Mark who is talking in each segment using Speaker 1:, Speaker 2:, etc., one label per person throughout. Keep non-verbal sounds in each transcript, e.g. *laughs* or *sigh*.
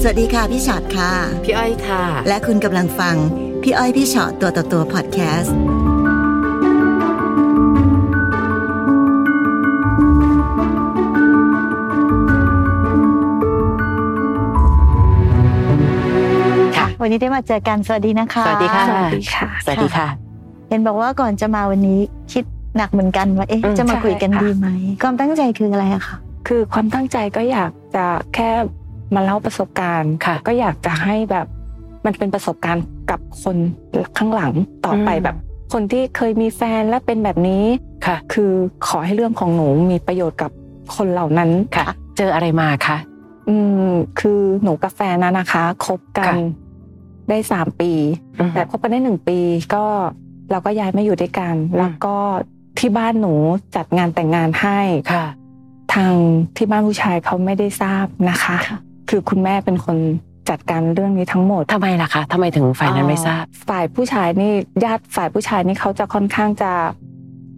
Speaker 1: สวัสดีค่ะพี่ชอตค่ะ
Speaker 2: พี่อ้อยค่ะ
Speaker 1: และคุณกำลังฟัง พี่อ้อยพี่ชอตตัวต่อตัวพอดแคสต์
Speaker 2: ค่ะ
Speaker 3: วันนี้ได้มาเจอกันสวัสดีนะคะ
Speaker 2: สวัสดีค่ะ
Speaker 4: สวัสดีค่ะ
Speaker 2: สวัสดีค่ะ
Speaker 3: เห็นบอกว่าก่อนจะมาวันนี้คิดหนักเหมือนกันว่าเอ๊ะ
Speaker 2: อืม
Speaker 3: จะมาคุยกัน
Speaker 4: ใช่ค่ะ
Speaker 3: ดีไหมความตั้งใจคืออะไรอะคะ
Speaker 4: คือความตั้งใจก็อยากจะแค่มาเล่าประสบการณ์
Speaker 2: ค่ะ
Speaker 4: ก็อยากจะให้แบบมันเป็นประสบการณ์กับคนข้างหลังต่อไป
Speaker 2: อืม
Speaker 4: แบบ คนที่เคยมีแฟนและเป็นแบบนี้
Speaker 2: ค่ะ
Speaker 4: คือขอให้เรื่องของหนูมีประโยชน์กับคนเหล่านั้น
Speaker 2: ค่ะ เจออะไรมาคะ
Speaker 4: อืมคือหนูกับแฟนนะนะคะคบกัน
Speaker 2: ค่ะ
Speaker 4: ได้สามปี แต่คบกันได้หนึ่งปีก็เราก็ย้ายมาอยู่ด้วยกัน แล้วก็ที่บ้านหนูจัดงานแต่งงานให้
Speaker 2: ค่ะ
Speaker 4: ทางที่บ้านผู้ชายเขาไม่ได้ทราบนะคะ คือคุณแม่เป็นคนจัดการเรื่องนี้ทั้งหมด
Speaker 2: ทำไมล่ะคะทำไมถึงฝ่ายนั้นไม่ทราบ
Speaker 4: เอ่อฝ่ายผู้ชายนี่ญาติฝ่ายผู้ชายนี่เขาจะค่อนข้างจะ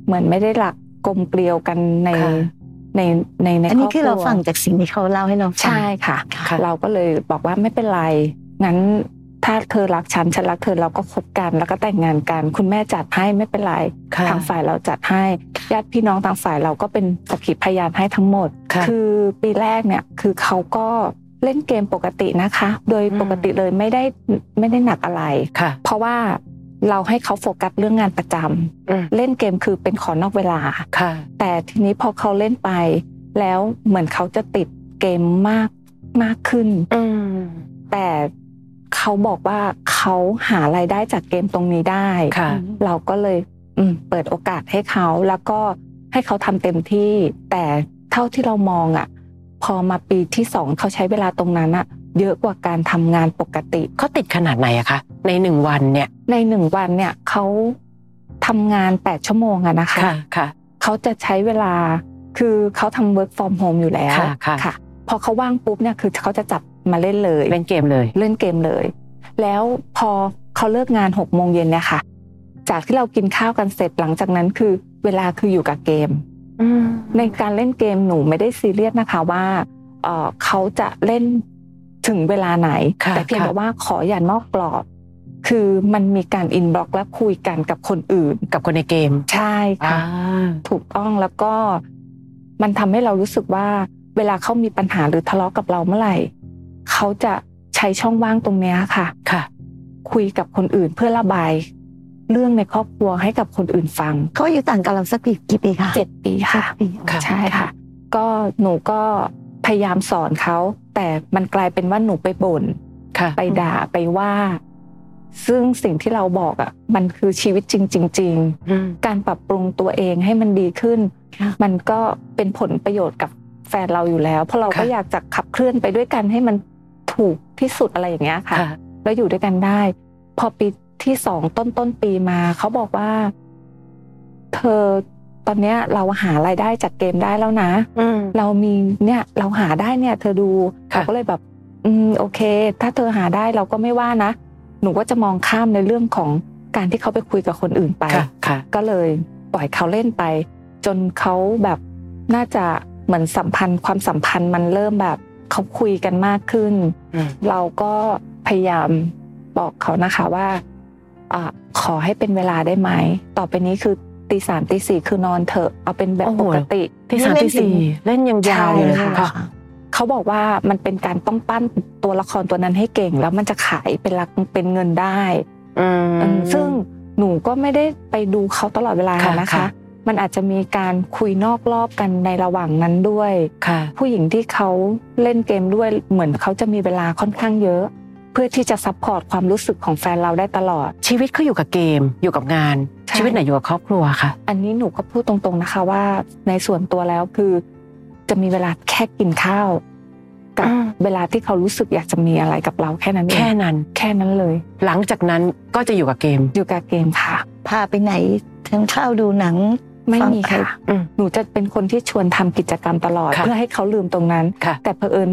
Speaker 4: เหมือนไม่ได้หลักกลมเกลียวกันใน
Speaker 2: ค่ะ
Speaker 4: ในในใน
Speaker 3: อันนี้คือ
Speaker 4: ร
Speaker 3: เรา
Speaker 4: บว
Speaker 3: ฟังจากสิ่งที่เขาเล่าให้เราฟัง
Speaker 4: ใช่ค่ะ
Speaker 2: ค่ะ
Speaker 4: เราก็เลยบอกว่าไม่เป็นไรงั้นถ้าเธอรักฉันฉันรักเธอเราก็คบกันแล้วก็แต่งงานกัน คุณแม่จัดให้ไม่เป็นไร
Speaker 2: ค่ะ
Speaker 4: ทางฝ่ายเราจัดให้ญาติพี่น้องทางฝ่ายเราก็เป็นสักขีพยานให้ทั้งหมด
Speaker 2: ค่ะ
Speaker 4: อปีแรกเนี่ยคือเขาก็เล่นเกมปกตินะคะ โดยปกติเลยไม่ได้ไม่ได้หนักอะไร
Speaker 2: ค่ะ
Speaker 4: เพราะว่าเราให้เขาโฟกัสเรื่องงานประจำ
Speaker 2: อืม
Speaker 4: เล่นเกมคือเป็นขอนอกเวลา
Speaker 2: ค่ะ
Speaker 4: แต่ทีนี้พอเขาเล่นไป แล้วเหมือนเขาจะติดเกมมากมากขึ้น
Speaker 2: อืม
Speaker 4: แต่เขาบอกว่าเขาหารายได้จากเกมตรงนี้ได้
Speaker 2: ค่ะ
Speaker 4: เราก็เลยอืมเปิดโอกาสให้เขาแล้วก็ให้เขาทำเต็มที่ แต่เท่าที่เรามองอ่ะ พอมาปีที่สองเขาใช้เวลาตรงนั้นอ่ะ เยอะกว่าการทำงานปกติ
Speaker 2: เขาติดขนาดไหนอะคะ ในหนึ่งวันเนี่ย
Speaker 4: ในหนึ่งวันเนี่ยเขาทำงานแปดชั่วโมงอะนะคะ
Speaker 2: ค่ะ
Speaker 4: เขาจะใช้เวลาคือเขาทำ work from home อยู่แล้ว
Speaker 2: ค่ะค่ะ
Speaker 4: พอเขาว่างปุ๊บเนี่ยคือเขาจะจับมาเล่นเลย
Speaker 2: เล่นเกมเลย
Speaker 4: เล่นเกมเลย แล้วพอเขาเลิกงานหกโมงเย็นเนี่ยค่ะ จากที่เรากินข้าวกันเสร็จหลังจากนั้นคือเวลาคืออยู่กับเกม
Speaker 2: อืม
Speaker 4: ในการเล่นเกมหนูไม่ได้ซีเรียสนะคะว่าเอ่อเขาจะเล่นถึงเวลาไหน
Speaker 2: ค่ะ
Speaker 4: แต่เพียง
Speaker 2: ค่ะ
Speaker 4: แต่ว่าขออย่านอกกรอบ คือมันมีการอินบล็อกและคุยกันกับคนอื่น
Speaker 2: กับคนในเกม
Speaker 4: ใช่
Speaker 2: อ่า
Speaker 4: ค่ะ ถูกต้องแล้วก็มันทำให้เรารู้สึกว่า เวลาเขามีปัญหาหรือทะเลาะกับเราเมื่อไหร่เขาจะใช้ช่องว่างตรงเนี้ยค่ะ
Speaker 2: ค่ะ
Speaker 4: คุยกับคนอื่นเพื่อระบาย เรื่องในครอบครัวให้กับคนอื่นฟัง
Speaker 3: เขาอายู่ต่างกับเราสักกี่กี่ปีคะ
Speaker 4: เจ็ดปี
Speaker 3: เจ็ด
Speaker 4: ค่ะ
Speaker 3: ปี
Speaker 2: ค่ะ
Speaker 4: ใช่ค่ะ ก็หนูก็พยายามสอนเขา แต่มันกลายเป็นว่าหนูไปบ่น
Speaker 2: ค่ะ
Speaker 4: ไปด่าไปว่า ซึ่งสิ่งที่เราบอกอ่ะ มันคือชีวิตจริงจริงๆ
Speaker 2: อืม
Speaker 4: การปรับปรุงตัวเองให้มันดีขึ้น มันก็เป็นผลประโยชน์กับแฟนเราอยู่แล้ว เพราะเราก็
Speaker 2: ค่ะ
Speaker 4: อยากจะขับเคลื่อนไปด้วยกันให้มันถูกที่สุดอะไรอย่างเงี้ยค่ะ
Speaker 2: ค่ะ
Speaker 4: แล้วอยู่ด้วยกันได้ พอปีที่สองต้นต้นปีมาเขาบอกว่า เธอตอนเนี้ยเราหารายได้จากเกมได้แล้วนะ
Speaker 2: อืม
Speaker 4: เรามีเนี่ยเราหาได้เนี่ย เธอดู
Speaker 2: ค่ะ
Speaker 4: เราก็เลยแบบ อืมโอเค ถ้าเธอหาได้เราก็ไม่ว่านะ หนูก็จะมองข้ามในเรื่องของการที่เขาไปคุยกับคนอื่นไป
Speaker 2: ค่ะ ค่ะ
Speaker 4: ก็เลยปล่อยเขาเล่นไป จนเขาแบบน่าจะเหมือนสัมพันธ์ ความสัมพันธ์มันเริ่มแบบเขาคุยกันมากขึ้น
Speaker 2: อืม
Speaker 4: เราก็พยายามบอกเขานะคะว่าอาขอให้เป็นเวลาได้ไหม ต่อไปนี้คือตีสามตีสี่คือนอนเถอะเอาเป็นแบบ
Speaker 2: โอ้โห
Speaker 4: ปกติ
Speaker 2: ที่สามที่สี่เล่นยังยาวอยู่เลย
Speaker 4: ใช่
Speaker 2: ค่ะ
Speaker 4: เขาบอกว่ามันเป็นการต้องปั้นตัวละครตัวนั้นให้เก่ง แล้วมันจะขายเป็นรักเป็นเงินได้
Speaker 2: อืม
Speaker 4: ซึ่งหนูก็ไม่ได้ไปดูเขาตลอดเวลา
Speaker 2: ค่ะ
Speaker 4: นะ
Speaker 2: ค่ะ
Speaker 4: คะ มันอาจจะมีการคุยนอกรอบกันในระหว่างนั้นด้วย
Speaker 2: ค่ะ
Speaker 4: ผู้หญิงที่เขาเล่นเกมด้วยเหมือนเขาจะมีเวลาค่อนข้างเยอะ เพื่อที่จะซัพพอร์ตความรู้สึกของแฟนเราได้ตลอด
Speaker 2: ชีวิตเขาอยู่กับเกม อยู่กับงาน
Speaker 4: ใช่
Speaker 2: ชีวิตไหนอยู่กับครอบครัวค่ะ
Speaker 4: อันนี้หนูก็พูดตรงๆนะคะว่าในส่วนตัวแล้วคือ จะมีเวลาแค่กินข้าวกับ
Speaker 2: อืม
Speaker 4: เวลาที่เขารู้สึกอยากจะมีอะไรกับเราแค่นั้นเอ
Speaker 2: แค่
Speaker 4: ง
Speaker 2: นั้น
Speaker 4: แค่นั้นเลย
Speaker 2: หลังจากนั้นก็จะอยู่กับเกม
Speaker 4: อยู่กับเกมค่ะ
Speaker 3: พาไปไหนทานข้าวดูหนัง
Speaker 4: ไม่
Speaker 3: ฟัง
Speaker 4: มีค่ะ
Speaker 2: อืม
Speaker 4: หนูจะเป็นคนที่ชวนทำกิจกรรมตลอด
Speaker 2: ค่ะ
Speaker 4: เพื่อให้เขาลืมตรงนั้น
Speaker 2: ค่ะ
Speaker 4: แต่เผอิญ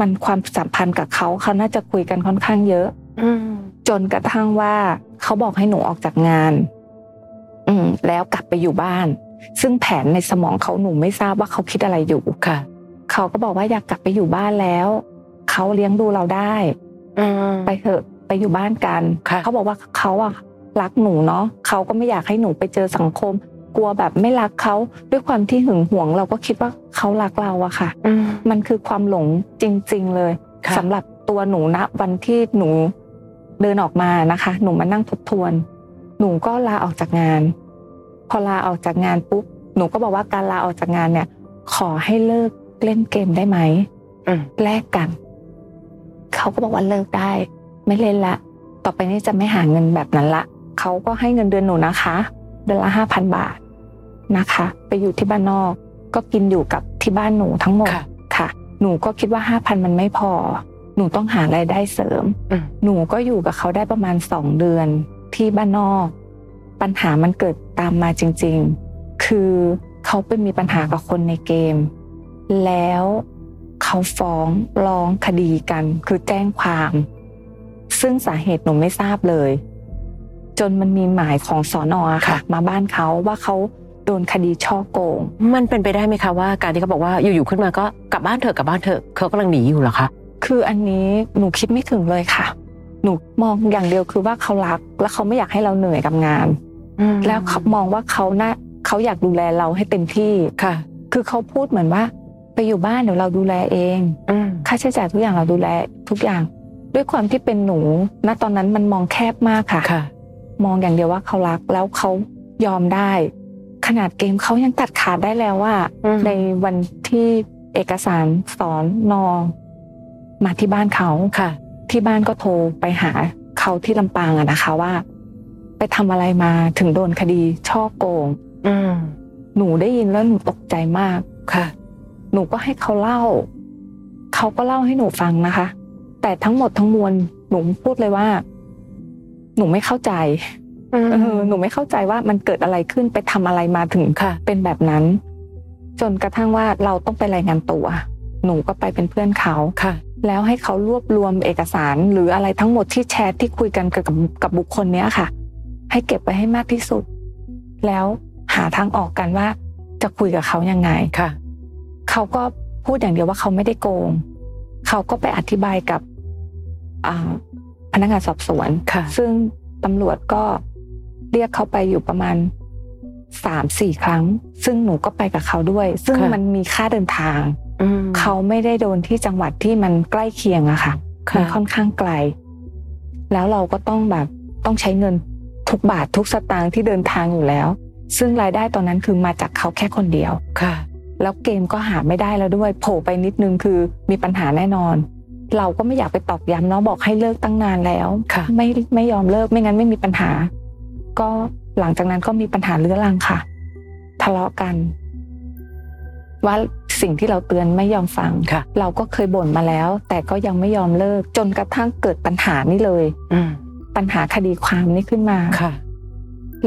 Speaker 4: มันความสัมพันธ์กับเขาเขาน่าจะคุยกันค่อนข้างเยอะ
Speaker 2: อืม
Speaker 4: จนกระทั่งว่าเขาบอกให้หนูออกจากงาน อืมแล้วกลับไปอยู่บ้าน ซึ่งแผนในสมองเขาหนูไม่ทราบว่าเขาคิดอะไรอยู่
Speaker 2: ค่ะ
Speaker 4: เขาก็บอกว่าอยากกลับไปอยู่บ้านแล้ว เขาเลี้ยงดูเราได้
Speaker 2: อืม
Speaker 4: ไปเถอะไปอยู่บ้านกัน
Speaker 2: ค่ะ
Speaker 4: เขาบอกว่าเขาอะรักหนูเนาะเขาก็ไม่อยากให้หนูไปเจอสังคม กลัวแบบไม่รักเขาด้วยความที่หึงหวง เราก็คิดว่าเขารักเราอะค่ะ
Speaker 2: อืม
Speaker 4: มันคือความหลงจริง ๆ เลย
Speaker 2: ค่ะ
Speaker 4: สำหรับตัวหนูนะวันที่หนูเดินออกมานะคะ หนูมานั่งทบทวน หนูก็ลาออกจากงาน พอลาออกจากงานปุ๊บหนูก็บอกว่าการลาออกจากงานเนี่ย ขอให้เลิกเล่นเกมได้ไหม
Speaker 2: อืม
Speaker 4: แลกกัน เขาก็บอกว่าเลิกได้ ไม่เล่นละ ต่อไปนี้จะไม่หาเงินแบบนั้นละ เขาก็ให้เงินเดือนหนูนะคะ เดือนละห้าพันบาทนะคะ ไปอยู่ที่บ้านนอก ก็กินอยู่กับที่บ้านหนูทั้งหมด
Speaker 2: ค่ะ
Speaker 4: ค่ะ หนูก็คิดว่าห้าพันมันไม่พอ หนูต้องหารายได้เสริม
Speaker 2: อืม
Speaker 4: หนูก็อยู่กับเขาได้ประมาณสองเดือนที่บ้านนอก ปัญหามันเกิดตามมาจริง ๆ คือเขาไปมีปัญหากับคนในเกม แล้วเขาฟ้องร้องคดีกัน คือแจ้งความ ซึ่งสาเหตุหนูไม่ทราบเลย จนมันมีหมายของสอนอะค่ะ
Speaker 2: ค่ะ
Speaker 4: มาบ้านเขาว่าเขาโดนคดีช่อโกง
Speaker 2: มันเป็นไปได้ไหมคะว่าการที่เขาบอกว่าอยู่ๆขึ้นมาก็กลับบ้านเถอะกลับบ้านเถอะเขากำลังหนีอยู่เหรอคะ
Speaker 4: คืออันนี้หนูคิดไม่ถึงเลยค่ะ หนูมองอย่างเดียวคือว่าเขารัก และเขาไม่อยากให้เราเหนื่อยกับงาน แล้วเขามองว่าเขาน่าเขาอยากดูแลเราให้เต็มที่
Speaker 2: ค่ะ
Speaker 4: คือเขาพูดเหมือนว่า ไปอยู่บ้านเดี๋ยวเราดูแลเอง
Speaker 2: อืม
Speaker 4: ค่าใช้จ่ายทุกอย่างเราดูแลทุกอย่าง ด้วยความที่เป็นหนู ณตอนนั้นมันมองแคบมากค่ะ
Speaker 2: ค่ะ
Speaker 4: มองอย่างเดียวว่าเขารักแล้วเขายอมได้ ขนาดเกมเขายังตัดขาดได้แล้วว่า
Speaker 2: อืม
Speaker 4: ในวันที่เอกสารสอนนอมาที่บ้านเขา
Speaker 2: ค่ะ
Speaker 4: ที่บ้านก็โทรไปหาเขาที่ลำปางอะนะคะว่า ไปทำอะไรมาถึงโดนคดีช่อโกง
Speaker 2: อืม
Speaker 4: หนูได้ยินแล้วหนูตกใจมาก
Speaker 2: ค่ะ
Speaker 4: หนูก็ให้เขาเล่า เขาก็เล่าให้หนูฟังนะคะ แต่ทั้งหมดทั้งมวลหนูพูดเลยว่า หนูไม่เข้าใจ
Speaker 2: อืม
Speaker 4: เออหนูไม่เข้าใจว่ามันเกิดอะไรขึ้นไปทำอะไรมาถึง
Speaker 2: ค่ะ
Speaker 4: เป็นแบบนั้น จนกระทั่งว่าเราต้องไปรายงานตัว หนูก็ไปเป็นเพื่อนเขา
Speaker 2: ค่ะ
Speaker 4: แล้วให้เขารวบรวมเอกสาร หรืออะไรทั้งหมดที่แชทที่คุยกันกับกับกับบุคคลเนี้ยค่ะ ให้เก็บไปให้มากที่สุด แล้วหาทางออกกันว่า จะคุยกับเขายังไง
Speaker 2: ค่ะ
Speaker 4: เขาก็พูดอย่างเดียวว่าเขาไม่ได้โกง เขาก็ไปอธิบายกับอ่าพนักงานสอบสวน
Speaker 2: ค่ะ
Speaker 4: ซึ่งตำรวจก็เรียกเขาไปอยู่ประมาณสามสี่ครั้ง ซึ่งหนูก็ไปกับเขาด้วย ซึ่ง
Speaker 2: ค่ะ
Speaker 4: มันมีค่าเดินทาง
Speaker 2: อืม
Speaker 4: เขาไม่ได้โดนที่จังหวัดที่มันใกล้เคียงอะค่ะ
Speaker 2: ค่ะ
Speaker 4: มันค่อนข้างไกล แล้วเราก็ต้องแบบต้องใช้เงินทุกบาททุกสตางค์ที่เดินทางอยู่แล้ว ซึ่งรายได้ตอนนั้นคือมาจากเขาแค่คนเดียว
Speaker 2: ค่ะ
Speaker 4: แล้วเกมก็หาไม่ได้แล้วด้วย โผล่ไปนิดนึงคือมีปัญหาแน่นอน เราก็ไม่อยากไปตอกย้ำเนาะบอกให้เลิกตั้งนานแล้ว
Speaker 2: ค่ะ
Speaker 4: ไม่ไม่ยอมเลิกไม่งั้นไม่มีปัญหา ก็หลังจากนั้นก็มีปัญหาเรื้อรังค่ะ ทะเลาะกัน ว่าสิ่งที่เราเตือนไม่ยอมฟัง
Speaker 2: ค่ะ
Speaker 4: เราก็เคยบ่นมาแล้ว แต่ก็ยังไม่ยอมเลิก จนกระทั่งเกิดปัญหานี่เลย
Speaker 2: อืม
Speaker 4: ปัญหาคดีความนี่ขึ้นมา
Speaker 2: ค่ะ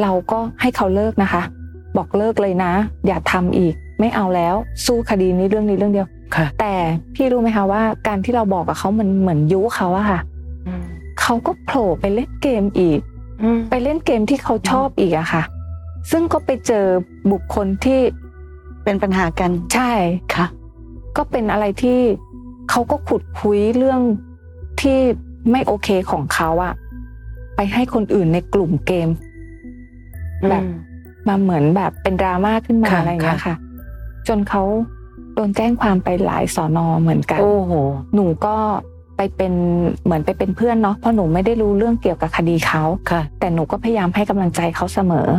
Speaker 4: เราก็ให้เขาเลิกนะคะ บอกเลิกเลยนะ อย่าทำอีก ไม่เอาแล้ว สู้คดีนี้เรื่องนี้เรื่องเดียว
Speaker 2: ค่ะ
Speaker 4: แต่พี่รู้ไหมคะว่า การที่เราบอกกับเขามันเหมือนยุเขาอะค่ะ
Speaker 2: อืม
Speaker 4: เขาก็โผล่ไปเล่นเกมอีก
Speaker 2: อืม
Speaker 4: ไปเล่นเกมที่เขาชอบอีกอะค่ะ ซึ่งก็ไปเจอบุคคลที่
Speaker 1: เป็นปัญหากัน
Speaker 4: ใช่
Speaker 2: ค่ะ
Speaker 4: ก็เป็นอะไรที่เขาก็ขุดคุยเรื่องที่ไม่โอเคของเขาอะไปให้คนอื่นในกลุ่มเกม แบบ มาเหมือนแบบเป็นดราม่าขึ้นมา
Speaker 2: ค่ะ
Speaker 4: อะไรอย่างเงี้ย
Speaker 2: ค่ะ
Speaker 4: ค่ะ จนเขาโดนแจ้งความไปหลายสอนอเหมือนกัน
Speaker 2: โอ้โห
Speaker 4: หนูก็ไปเป็นเหมือนไปเป็นเพื่อนเนาะเพราะหนูไม่ได้รู้เรื่องเกี่ยวกับคดีเขา
Speaker 2: ค่ะ
Speaker 4: แต่หนูก็พยายามให้กำลังใจเขาเสมอ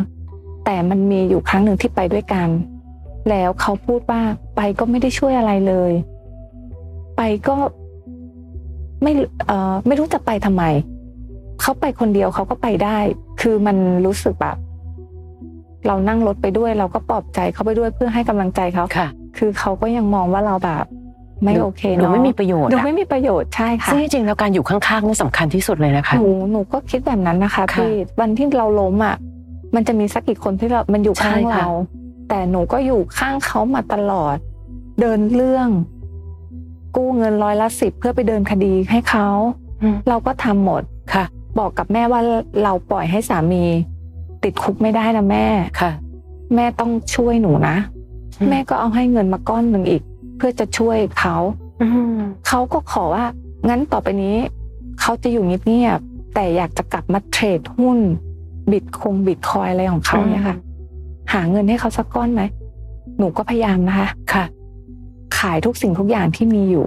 Speaker 4: แต่มันมีอยู่ครั้งหนึ่งที่ไปด้วยกัน แล้วเขาพูดว่าไปก็ไม่ได้ช่วยอะไรเลย ไปก็ไม่เอ่อไม่รู้จะไปทำไม เขาไปคนเดียวเขาก็ไปได้ คือมันรู้สึกแบบ เรานั่งรถไปด้วย เราก็ปลอบใจเขาไปด้วยเพื่อให้กำลังใจเขา
Speaker 2: ค่ะ
Speaker 4: คือเขาก็ยังมองว่าเราแบบ ไม่โอเค
Speaker 2: หนู
Speaker 4: เนาะ
Speaker 2: ไม่มีประโยชน์
Speaker 4: หนู
Speaker 2: อะ
Speaker 4: ไม่มีประโยชน์ใช่ค่ะ
Speaker 2: ซึ่งจริงๆแล้วการอยู่ข้างๆนี่สำคัญที่สุดเลยนะคะ
Speaker 4: หนูหนูก็คิดแบบนั้นนะคะ
Speaker 2: ค่ะ
Speaker 4: พี่วันที่เราล้มอ่ะมันจะมีสักกี่คนที่เรา มันอยู่ข้าง
Speaker 2: ใช่ค่ะ
Speaker 4: เรา แต่หนูก็อยู่ข้างเขามาตลอด เดินเรื่อง กู้เงินร้อยละสิบเพื่อไปเดินคดีให้เขา
Speaker 2: อืม
Speaker 4: เราก็ทำหมด
Speaker 2: ค่ะ
Speaker 4: บอกกับแม่ว่าเราปล่อยให้สามี ติดคุกไม่ได้นะแม่
Speaker 2: ค่ะ
Speaker 4: แม่ต้องช่วยหนูนะ
Speaker 2: อืม
Speaker 4: แม่ก็เอาให้เงินมาก้อนหนึ่งอีก เพื่อจะช่วยเขา
Speaker 2: อืม
Speaker 4: เขาก็ขอว่า งั้นต่อไปนี้ เขาจะอยู่เงียบๆแต่อยากจะกลับมาเทรดหุ้น บิตคงบิตคอยอะไรของเขาเนี่ยค่ะ หาเงินให้เขาสักก้อนไหมหนูก็พยายามนะคะ
Speaker 2: ค่ะ
Speaker 4: ขายทุกสิ่งทุกอย่างที่มีอยู่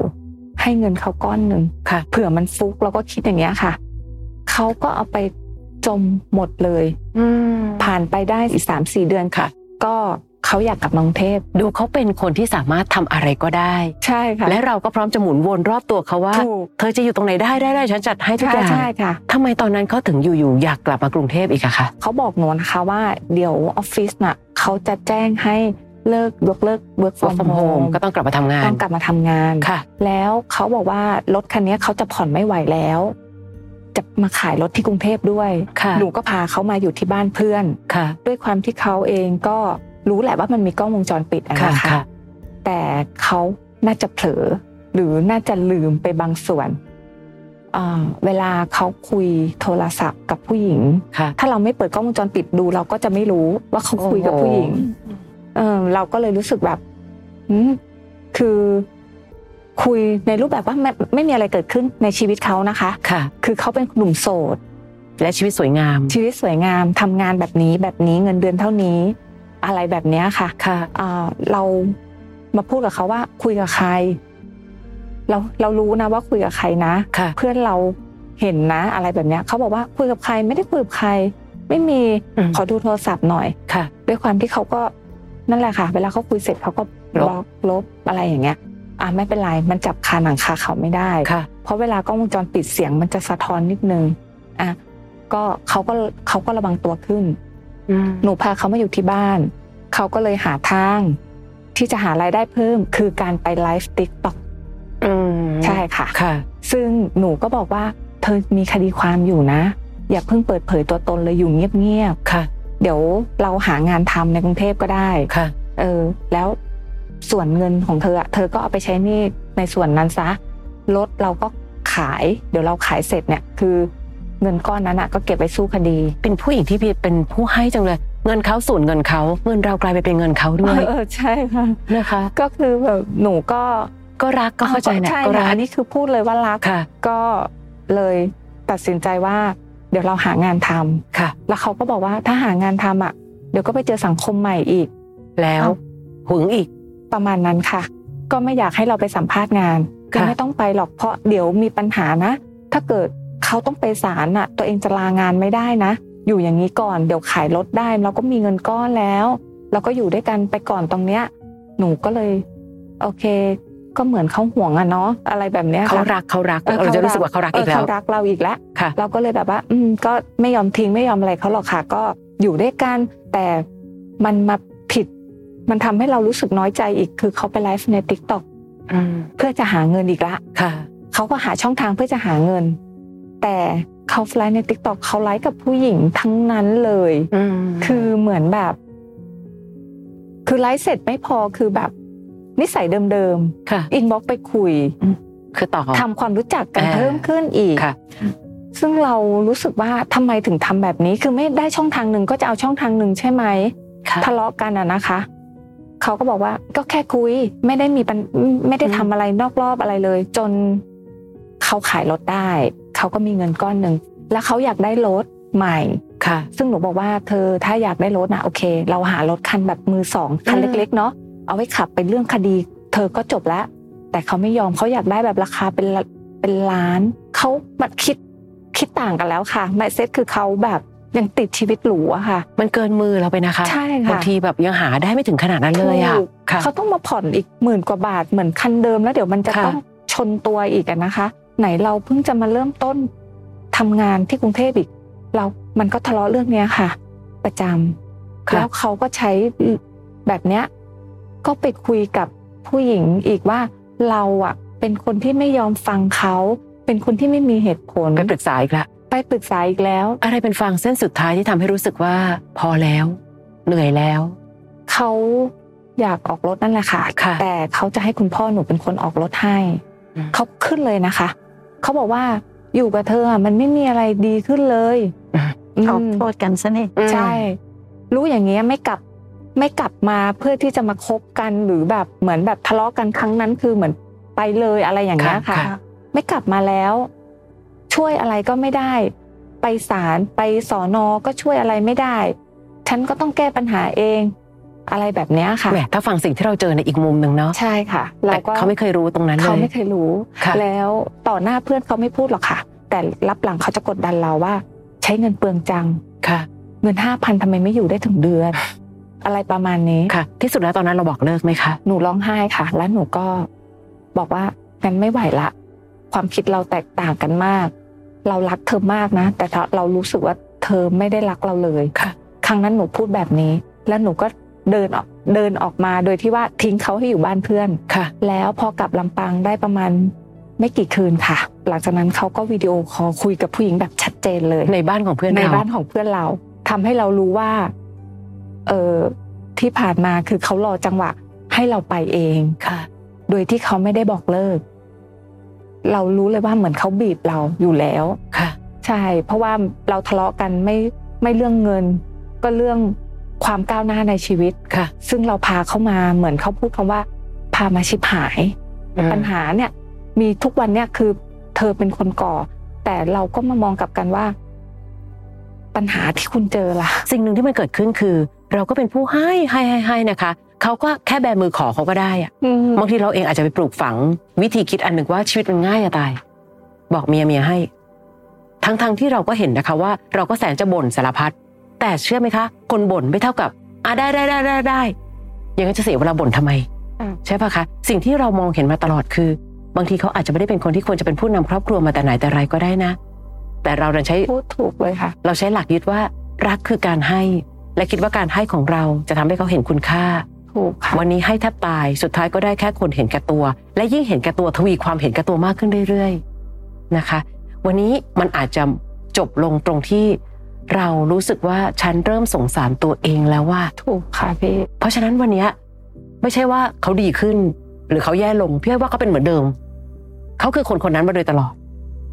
Speaker 4: ให้เงินเขาก้อนหนึ่ง
Speaker 2: ค่ะ
Speaker 4: เผื่อมันฟุกเราก็คิดอย่างเงี้ยค่ะ เขาก็เอาไปจมหมดเลย
Speaker 2: อืม
Speaker 4: ผ่านไปได้อีกสามสี่เดือนค่ะ
Speaker 2: ค่ะ
Speaker 4: ก็เขาอยากกลับมากรุงเทพ
Speaker 2: ดูเขาเป็นคนที่สามารถทำอะไรก็ได้
Speaker 4: ใช่ค่ะ
Speaker 2: และเราก็พร้อมจะหมุนวนรอบตัวเขาว่า
Speaker 4: ถูก
Speaker 2: เธอจะอยู่ตรงไหนได้ได้ได้ฉันจัดให้ทุกอ
Speaker 4: ใช่
Speaker 2: ย่าง
Speaker 4: ใช่ค่ะ
Speaker 2: ทำไมตอนนั้นเขาถึงอยู่ๆอยากกลับมากรุงเทพอีกอะคะ
Speaker 4: เขาบอกหนูนะคะว่าเดี๋ยวออฟฟิศน่ะเขาจะแจ้งให้เลิกยกเลิก work
Speaker 2: work
Speaker 4: from
Speaker 2: from home
Speaker 4: home
Speaker 2: ก็ต้องกลับมาทำงาน
Speaker 4: ต้องกลับมาทำงาน
Speaker 2: ค่ะ
Speaker 4: แล้วเขาบอกว่ารถคันเนี้ยเขาจะผ่อนไม่ไหวแล้ว จะมาขายรถที่กรุงเทพด้วย
Speaker 2: ค่ะ
Speaker 4: หนูก็พาเขามาอยู่ที่บ้านเพื่อน
Speaker 2: ค่ะ
Speaker 4: ด้วยความที่เขาเองก็รู้แหละว่ามันมีกล้องวงจรปิดอะ
Speaker 2: ค่ะ
Speaker 4: นะคะ
Speaker 2: ค่ะ
Speaker 4: แต่เขาน่าจะเผลอ หรือน่าจะลืมไปบางส่วนอ่าเวลาเขาคุยโทรศัพท์กับผู้หญิง
Speaker 2: ค่ะ
Speaker 4: ถ้าเราไม่เปิดกล้องวงจรปิดดู เราก็จะไม่รู้ว่าเขาคุยกับผู้หญิง เออเราก็เลยรู้สึกแบบหืมคือคุยในรูปแบบว่าไม่ไม่มีอะไรเกิดขึ้นในชีวิตเขานะคะ
Speaker 2: ค่ะ
Speaker 4: คือเขาเป็นหนุ่มโสด
Speaker 2: และชีวิตสวยงาม
Speaker 4: ชีวิตสวยงามทำงานแบบนี้แบบนี้เงินเดือนเท่านี้ อะไรแบบเนี้ยค่ะ
Speaker 2: ค่ะ
Speaker 4: อ่าเรามาพูดกับเขาว่าคุยกับใคร เราเรารู้นะว่าคุยกับใครนะ
Speaker 2: ค่ะ
Speaker 4: เพื่อนเราเห็นนะ อะไรแบบเนี้ยเขาบอกว่าคุยกับใครไม่ได้คุยกับใคร ไม่มี
Speaker 2: อืม
Speaker 4: ขอดูโทรศัพท์หน่อย
Speaker 2: ค่ะ
Speaker 4: ด้วยความที่เขาก็นั่นแหละค่ะ เวลาเขาคุยเสร็จเขาก็บ
Speaker 2: ลบ
Speaker 4: ล็อกลบอะไรอย่างเงี้ย อ่ะไม่เป็นไรมันจับคาหนังคาเขาไม่ได้
Speaker 2: ค่ะ
Speaker 4: เพราะเวลากล้องวงจรปิดเสียงมันจะสะท้อนนิดนึง อ่ะ ก็เขาก็เขาก็ระวังตัวขึ้น หนูพาเขามาอยู่ที่บ้าน เขาก็เลยหาทาง ที่จะหารายได้เพิ่ม คือการไปไลฟ์ติ๊กต็อก
Speaker 2: อืม
Speaker 4: ใช่ค่ะ
Speaker 2: ค่ะ
Speaker 4: ซึ่งหนูก็บอกว่า เธอมีคดีความอยู่นะ อย่าเพิ่งเปิดเผยตัวตนเลยอยู่เงียบ
Speaker 2: ค่ะ
Speaker 4: ๆ เดี๋ยวเราหางานทำในกรุงเทพก็ได้
Speaker 2: ค่ะ
Speaker 4: เออแล้วส่วนเงินของเธออะเธอก็เอาไปใช้หนี้ในส่วนนั้นซะรถเราก็ขาย เดี๋ยวเราขายเสร็จเนี่ย คือเงินก้อนนั้นอะก็เก็บไปสู้คดี
Speaker 2: เป็นผู้หญิงที่เป็นผู้ให้จังเลย เงินเขาส่วนเงินเขา เงินเรากลายไปเป็นเงินเขาด้วย
Speaker 4: เอ *laughs* อใช่ค่ะ
Speaker 2: นะคะ
Speaker 4: ก็คือแบบหนูก็
Speaker 2: ก็รักก็เข้าใจแหละ
Speaker 4: ช่
Speaker 2: ก็รั
Speaker 4: อั
Speaker 2: ก
Speaker 4: นนี้คือพูดเลยว่ารัก
Speaker 2: ค่ะ
Speaker 4: ก็เลยตัดสินใจว่า เดี๋ยวเราหางานทำ
Speaker 2: ค่ะ
Speaker 4: แล้วเขาก็บอกว่าถ้าหางานทำอะเดี๋ยวก็ไปเจอสังคมใหม่อีก
Speaker 2: แล้ว
Speaker 4: เอ้า
Speaker 2: หึงอีก
Speaker 4: ประมาณนั้นค่ะ ก็ไม่อยากให้เราไปสัมภาษณ์งาน
Speaker 2: ค่ะ
Speaker 4: ก็ไม่ต้องไปหรอกเพราะเดี๋ยวมีปัญหานะ ถ้าเกิดเขาต้องไปศาลน่ะ ตัวเองจะลางานไม่ได้นะ อยู่อย่างนี้ก่อนเดี๋ยวขายรถได้เราก็มีเงินก้อนแล้ว เราก็อยู่ด้วยกันไปก่อนตรงเนี้ย หนูก็เลย โอเค ก็เหมือนเขาห่วงอะเนาะอะไรแบบเนี้ย
Speaker 2: เขา
Speaker 4: ค่ะ
Speaker 2: รักเขารัก
Speaker 4: ออ
Speaker 2: เราจะรู้สึกว่าเขารักอีกแล้ว
Speaker 4: เเขารักเราอีกแล้ว
Speaker 2: ค่ะ
Speaker 4: เราก็เลยแบบว่า อืม ก็ไม่ยอมทิ้งไม่ยอมอะไรเขาหรอกค่ะ ก็อยู่ด้วยกัน แต่มันมาผิด มันทำให้เรารู้สึกน้อยใจอีก คือเขาไปไลฟ์ในทิกตอก
Speaker 2: อืม
Speaker 4: เพื่อจะหาเงินอีกละ
Speaker 2: ค่ะ
Speaker 4: เขาก็หาช่องทางเพื่อจะหาเงิน แต่เขาไลฟ์ในทิกตอกเขาไลฟ์กับผู้หญิงทั้งนั้นเลย
Speaker 2: อืม
Speaker 4: คือเหมือนแบบ คือไลฟ์เสร็จไม่พอคือแบบ นิสัยเดิม
Speaker 2: ค่ะ
Speaker 4: ๆอินบ็อกไปคุย
Speaker 2: คือต่อ
Speaker 4: ทำความรู้จักกัน
Speaker 2: อ่า
Speaker 4: เพิ่มขึ้นอีก
Speaker 2: ค่ะ
Speaker 4: ซึ่งเรารู้สึกว่าทำไมถึงทำแบบนี้ คือไม่ได้ช่องทางหนึ่งก็จะเอาช่องทางหนึ่งใช่ไหม
Speaker 2: ค่ะ
Speaker 4: ทะเลาะกันอะนะคะ เขาก็บอกว่าก็แค่คุย ไม่ได้มีปัญไม่ได้ทำอะไรนอกรอบอะไรเลย จนเขาขายรถได้ เขาก็มีเงินก้อนหนึ่ง แล้วเขาอยากได้รถใหม่
Speaker 2: ค่ะ
Speaker 4: ซึ่งหนูบอกว่าเธอถ้าอยากได้รถนะโอเค เราหารถคันแบบมือสองคัน
Speaker 2: อืม
Speaker 4: เล็ก ๆ เนาะเอาไว้ขับเป็นเรื่องคดี เธอก็จบแล้ว แต่เขาไม่ยอมเขาอยากได้แบบราคาเป็นละเป็นล้านเขามันคิดคิดต่างกันแล้วค่ะไมเซ็ตคือเขาแบบยังติดชีวิตหรูอะค่ะ
Speaker 2: มันเกินมือเราไปนะคะ
Speaker 4: ใช่
Speaker 2: บาง
Speaker 4: ค่ะ
Speaker 2: ทีแบบยังหาได้ไม่ถึงขนาดนั้นเลยอ่ะ
Speaker 4: ถูก
Speaker 2: ค่ะ
Speaker 4: เขาต้องมาผ่อนอีกหมื่นกว่าบาทเหมือนคันเดิมแล้วเดี๋ยวมันจะ
Speaker 2: ค่ะ
Speaker 4: ต้องชนตัวอีกอะนะคะ ไหนเราเพิ่งจะมาเริ่มต้นทำงานที่กรุงเทพอีก เรา มันก็ทะเลาะเรื่องเนี้ยค่ะ ประจำ
Speaker 2: ค่ะ
Speaker 4: แล้วเขาก็ใช้แบบเนี้ยก็ไปคุยกับผู้หญิงอีกว่าเราอะเป็นคนที่ไม่ยอมฟังเขา เป็นคนที่ไม่มีเหตุผล
Speaker 2: ไปปรึกษาอีกละ
Speaker 4: ไปปรึกษาอีกแล้ว
Speaker 2: อะไรเป็นฟางเส้นสุดท้ายที่ทำให้รู้สึกว่า พอแล้ว เหนื่อยแล้ว
Speaker 4: เขาอยากออกรถนั่นแหละค่ะ
Speaker 2: ค่ะ
Speaker 4: แต่เขาจะให้คุณพ่อหนูเป็นคนออกรถให้
Speaker 2: อืม
Speaker 4: เขาขึ้นเลยนะคะ เขาบอกว่าอยู่กับเธออะมันไม่มีอะไรดีขึ้นเลย
Speaker 1: ขอ
Speaker 4: ม
Speaker 1: โทษกันซะนี่
Speaker 4: ใช่ รู้อย่างเงี้ยไม่กลับไม่กลับมาเพื่อที่จะมาคบกันหรือแบบเหมือนแบบทะเลาะกันครั้งนั้นคือเหมือนไปเลยอะไรอย่างเงี้ย
Speaker 2: ค่ะ
Speaker 4: ค่ะ
Speaker 2: ค่ะ
Speaker 4: ไม่กลับมาแล้ว ช่วยอะไรก็ไม่ได้ ไปศาลไปสอนอก็ช่วยอะไรไม่ได้ ฉันก็ต้องแก้ปัญหาเอง อะไรแบบเนี้ยค่ะ
Speaker 2: แหมถ้าฟังสิ่งที่เราเจอในอีกมุมหนึ่งเนาะ
Speaker 4: ใช่ค่ะเรา
Speaker 2: แต่
Speaker 4: ก็
Speaker 2: เขาไม่เคยรู้ตรงนั้นเลย
Speaker 4: เขาไม่เคยรู้
Speaker 2: ค่ะ
Speaker 4: แล้วต่อหน้าเพื่อนเขาไม่พูดหรอกค่ะ แต่รับหลังเขาจะกดดันเราว่า ใช้เงินเปลืองจัง
Speaker 2: ค่ะ
Speaker 4: เงินห้าพันทำไมไม่อยู่ได้ถึงเดือน
Speaker 2: *laughs*
Speaker 4: อะไรประมาณนี้
Speaker 2: ค่ะ ที่สุดแล้วตอนนั้นเราบอกเลิกไหมคะ
Speaker 4: หนูร้องไห้ค่ะ แล้วหนูก็บอกว่างั้นไม่ไหวละ ความคิดเราแตกต่างกันมาก เรารักเธอมากนะ แต่เรารู้สึกว่าเธอไม่ได้รักเราเลย
Speaker 2: ค่ะ
Speaker 4: ครั้งนั้นหนูพูดแบบนี้ แล้วหนูก็เดินออกเดินออกมาโดยที่ว่าทิ้งเขาให้อยู่บ้านเพื่อน
Speaker 2: ค่ะ
Speaker 4: แล้วพอกลับลำปางได้ประมาณไม่กี่คืนค่ะ หลังจากนั้นเขาก็วิดีโอคอลคุยกับผู้หญิงแบบชัดเจนเลย
Speaker 2: ในบ้านของเพื่อน
Speaker 4: ใน
Speaker 2: เรา
Speaker 4: บ้านของเพื่อนเราทำให้เรารู้ว่า เออที่ผ่านมาคือเขารอจังหวะ ให้เราไปเอง
Speaker 2: ค่ะ
Speaker 4: โดยที่เขาไม่ได้บอกเลิก เรารู้เลยว่าเหมือนเขาบีบเราอยู่แล้ว
Speaker 2: ค่ะ
Speaker 4: ใช่ เพราะว่าเราทะเลาะกันไม่ไม่เรื่องเงิน ก็เรื่องความก้าวหน้าในชีวิต
Speaker 2: ค่ะ
Speaker 4: ซึ่งเราพาเขามาเหมือนเขาพูดคำว่า พามาชิบหาย
Speaker 2: อืม
Speaker 4: ปัญหาเนี่ยมีทุกวันเนี่ยคือเธอเป็นคนก่อ แต่เราก็มามองกลับกันว่า ปัญหาที่คุณเจอล่ะ
Speaker 2: สิ่งหนึ่งที่มันเกิดขึ้นคือ เราก็เป็นผู้ให้ให้ให้ให้นะคะ เขาก็แค่แบมือขอเขาก็ได้อะ บางทีเราเองอาจจะไปปลูกฝังวิธีคิดอันหนึ่งว่าชีวิตมันง่ายอะตาย บอกเมียเมียให้ ทั้งๆที่เราก็เห็นนะคะว่า เราก็แสนจะบ่นสารพัดแต่เชื่อไหมคะ คนบ่นไม่เท่ากับอ่ะได้ได้ได้ได้ได้อยังงั้นจะเสียเวลาบ่นทำไม
Speaker 4: อ่ะ
Speaker 2: ใช่ปะคะ สิ่งที่เรามองเห็นมาตลอดคือ บางทีเขาอาจจะไม่ได้เป็นคนที่ควรจะเป็นผู้นำครอบครัวมาแต่ไหนแต่ไรก็ได้นะ แต่เราดันใช้
Speaker 4: พูดถูกเลยค่ะ
Speaker 2: เราใช้หลักยึดว่ารักคือการให้ และคิดว่าการให้ของเราจะทำให้เขาเห็นคุณค่า
Speaker 4: ถูกค่ะ
Speaker 2: วันนี้ให้แทบตายสุดท้ายก็ได้แค่คนเห็นแก่ตัว และยิ่งเห็นแก่ตัวทวีความเห็นแก่ตัวมากขึ้นเรื่อยๆนะคะ วันนี้มันอาจจะจบลงตรงที่ เรารู้สึกว่าฉันเริ่มสงสารตัวเองแล้วว่า
Speaker 4: ถูกค่ะพี่
Speaker 2: เพราะฉะนั้นวันเนี้ยไม่ใช่ว่าเขาดีขึ้น หรือเขาแย่ลงพี่อ้อยว่าเขาเป็นเหมือนเดิม เขาคือคนคนนั้นมาโดยตลอด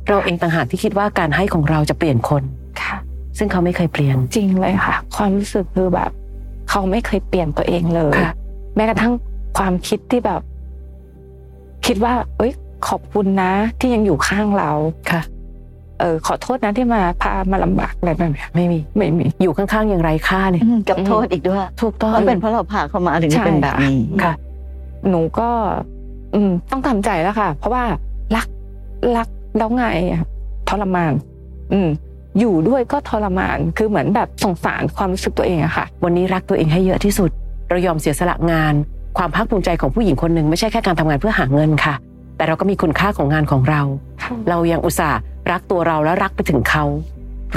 Speaker 2: เราเองต่างหากที่คิดว่าการให้ของเราจะเปลี่ยนคน
Speaker 4: ค่ะ
Speaker 2: ซึ่งเขาไม่เคยเปลี่ยน
Speaker 4: จริงเลยค่ะ ความรู้สึกคือแบบ เขาไม่เคยเปลี่ยนตัวเองเลย
Speaker 2: ค่ะ
Speaker 4: แม้กระทั่งความคิดที่แบบ คิดว่า เอ้ย ขอบคุณนะ ที่ยังอยู่ข้างเรา
Speaker 2: ค่ะ
Speaker 4: เออ ขอโทษนะที่มาพามาลำบากอะไรแบบเนี้ย
Speaker 2: ไม่มี
Speaker 4: ไม่มี
Speaker 2: อยู่ข้างๆอย่างไรค่าเลย
Speaker 1: อืมกับโทษอีกด้วย
Speaker 4: ถูกต้อง
Speaker 1: มันเป็นเพราะเราพาเขามาถึงได้เป็นแบบนี้
Speaker 2: ค่ะ
Speaker 4: หนูก็ อืม ต้องทำใจแล้วค่ะ เพราะว่ารักรักแล้วไงอะทรมาน อืม อยู่ด้วยก็ทรมานคือเหมือนแบบสงสารความรู้สึกตัวเองอะค่ะ
Speaker 2: วันนี้รักตัวเองให้เยอะที่สุด เรายอมเสียสละงาน ความภาคภูมิใจของผู้หญิงคนหนึ่งไม่ใช่แค่การทำงานเพื่อหาเงินค่ะ แต่เราก็มีคุณค่าของงานของเรา เรายังอุตส่าห์รักตัวเราและรักไปถึงเขา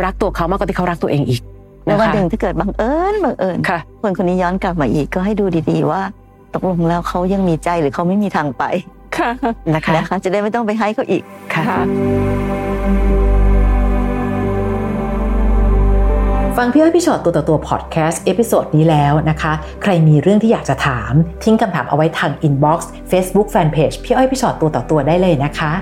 Speaker 2: รักตัวเขามากกว่าที่เขารักตัวเองอีก
Speaker 1: แล้
Speaker 2: นะ
Speaker 1: ววัน
Speaker 2: คะ
Speaker 1: หนึ่งถ้าเกิดบังเอิญบังเอิญ
Speaker 2: ค่ะ
Speaker 1: คนคนนี้ย้อนกลับมาอีกก็ให้ดูดีๆว่า ตกลงแล้วเขายังมีใจหรือเขาไม่มีทางไป
Speaker 4: ค่ะ
Speaker 2: นะคะ
Speaker 1: นะคะจะได้ไม่ต้องไปให้เขาอีก
Speaker 2: ค่ะ
Speaker 5: ฟังพี่อ้อยพี่ชอตตัวต่อตัวพอดแคสต์เอพิโซดนี้แล้วนะคะ ใครมีเรื่องที่อยากจะถาม ทิ้งคำถามเอาไว้ทางอินบ็อกซ์เฟซบุ๊กแฟนเพจพี่อ้อยพี่ชอตตัวต่อตัวได้เลยนะคะ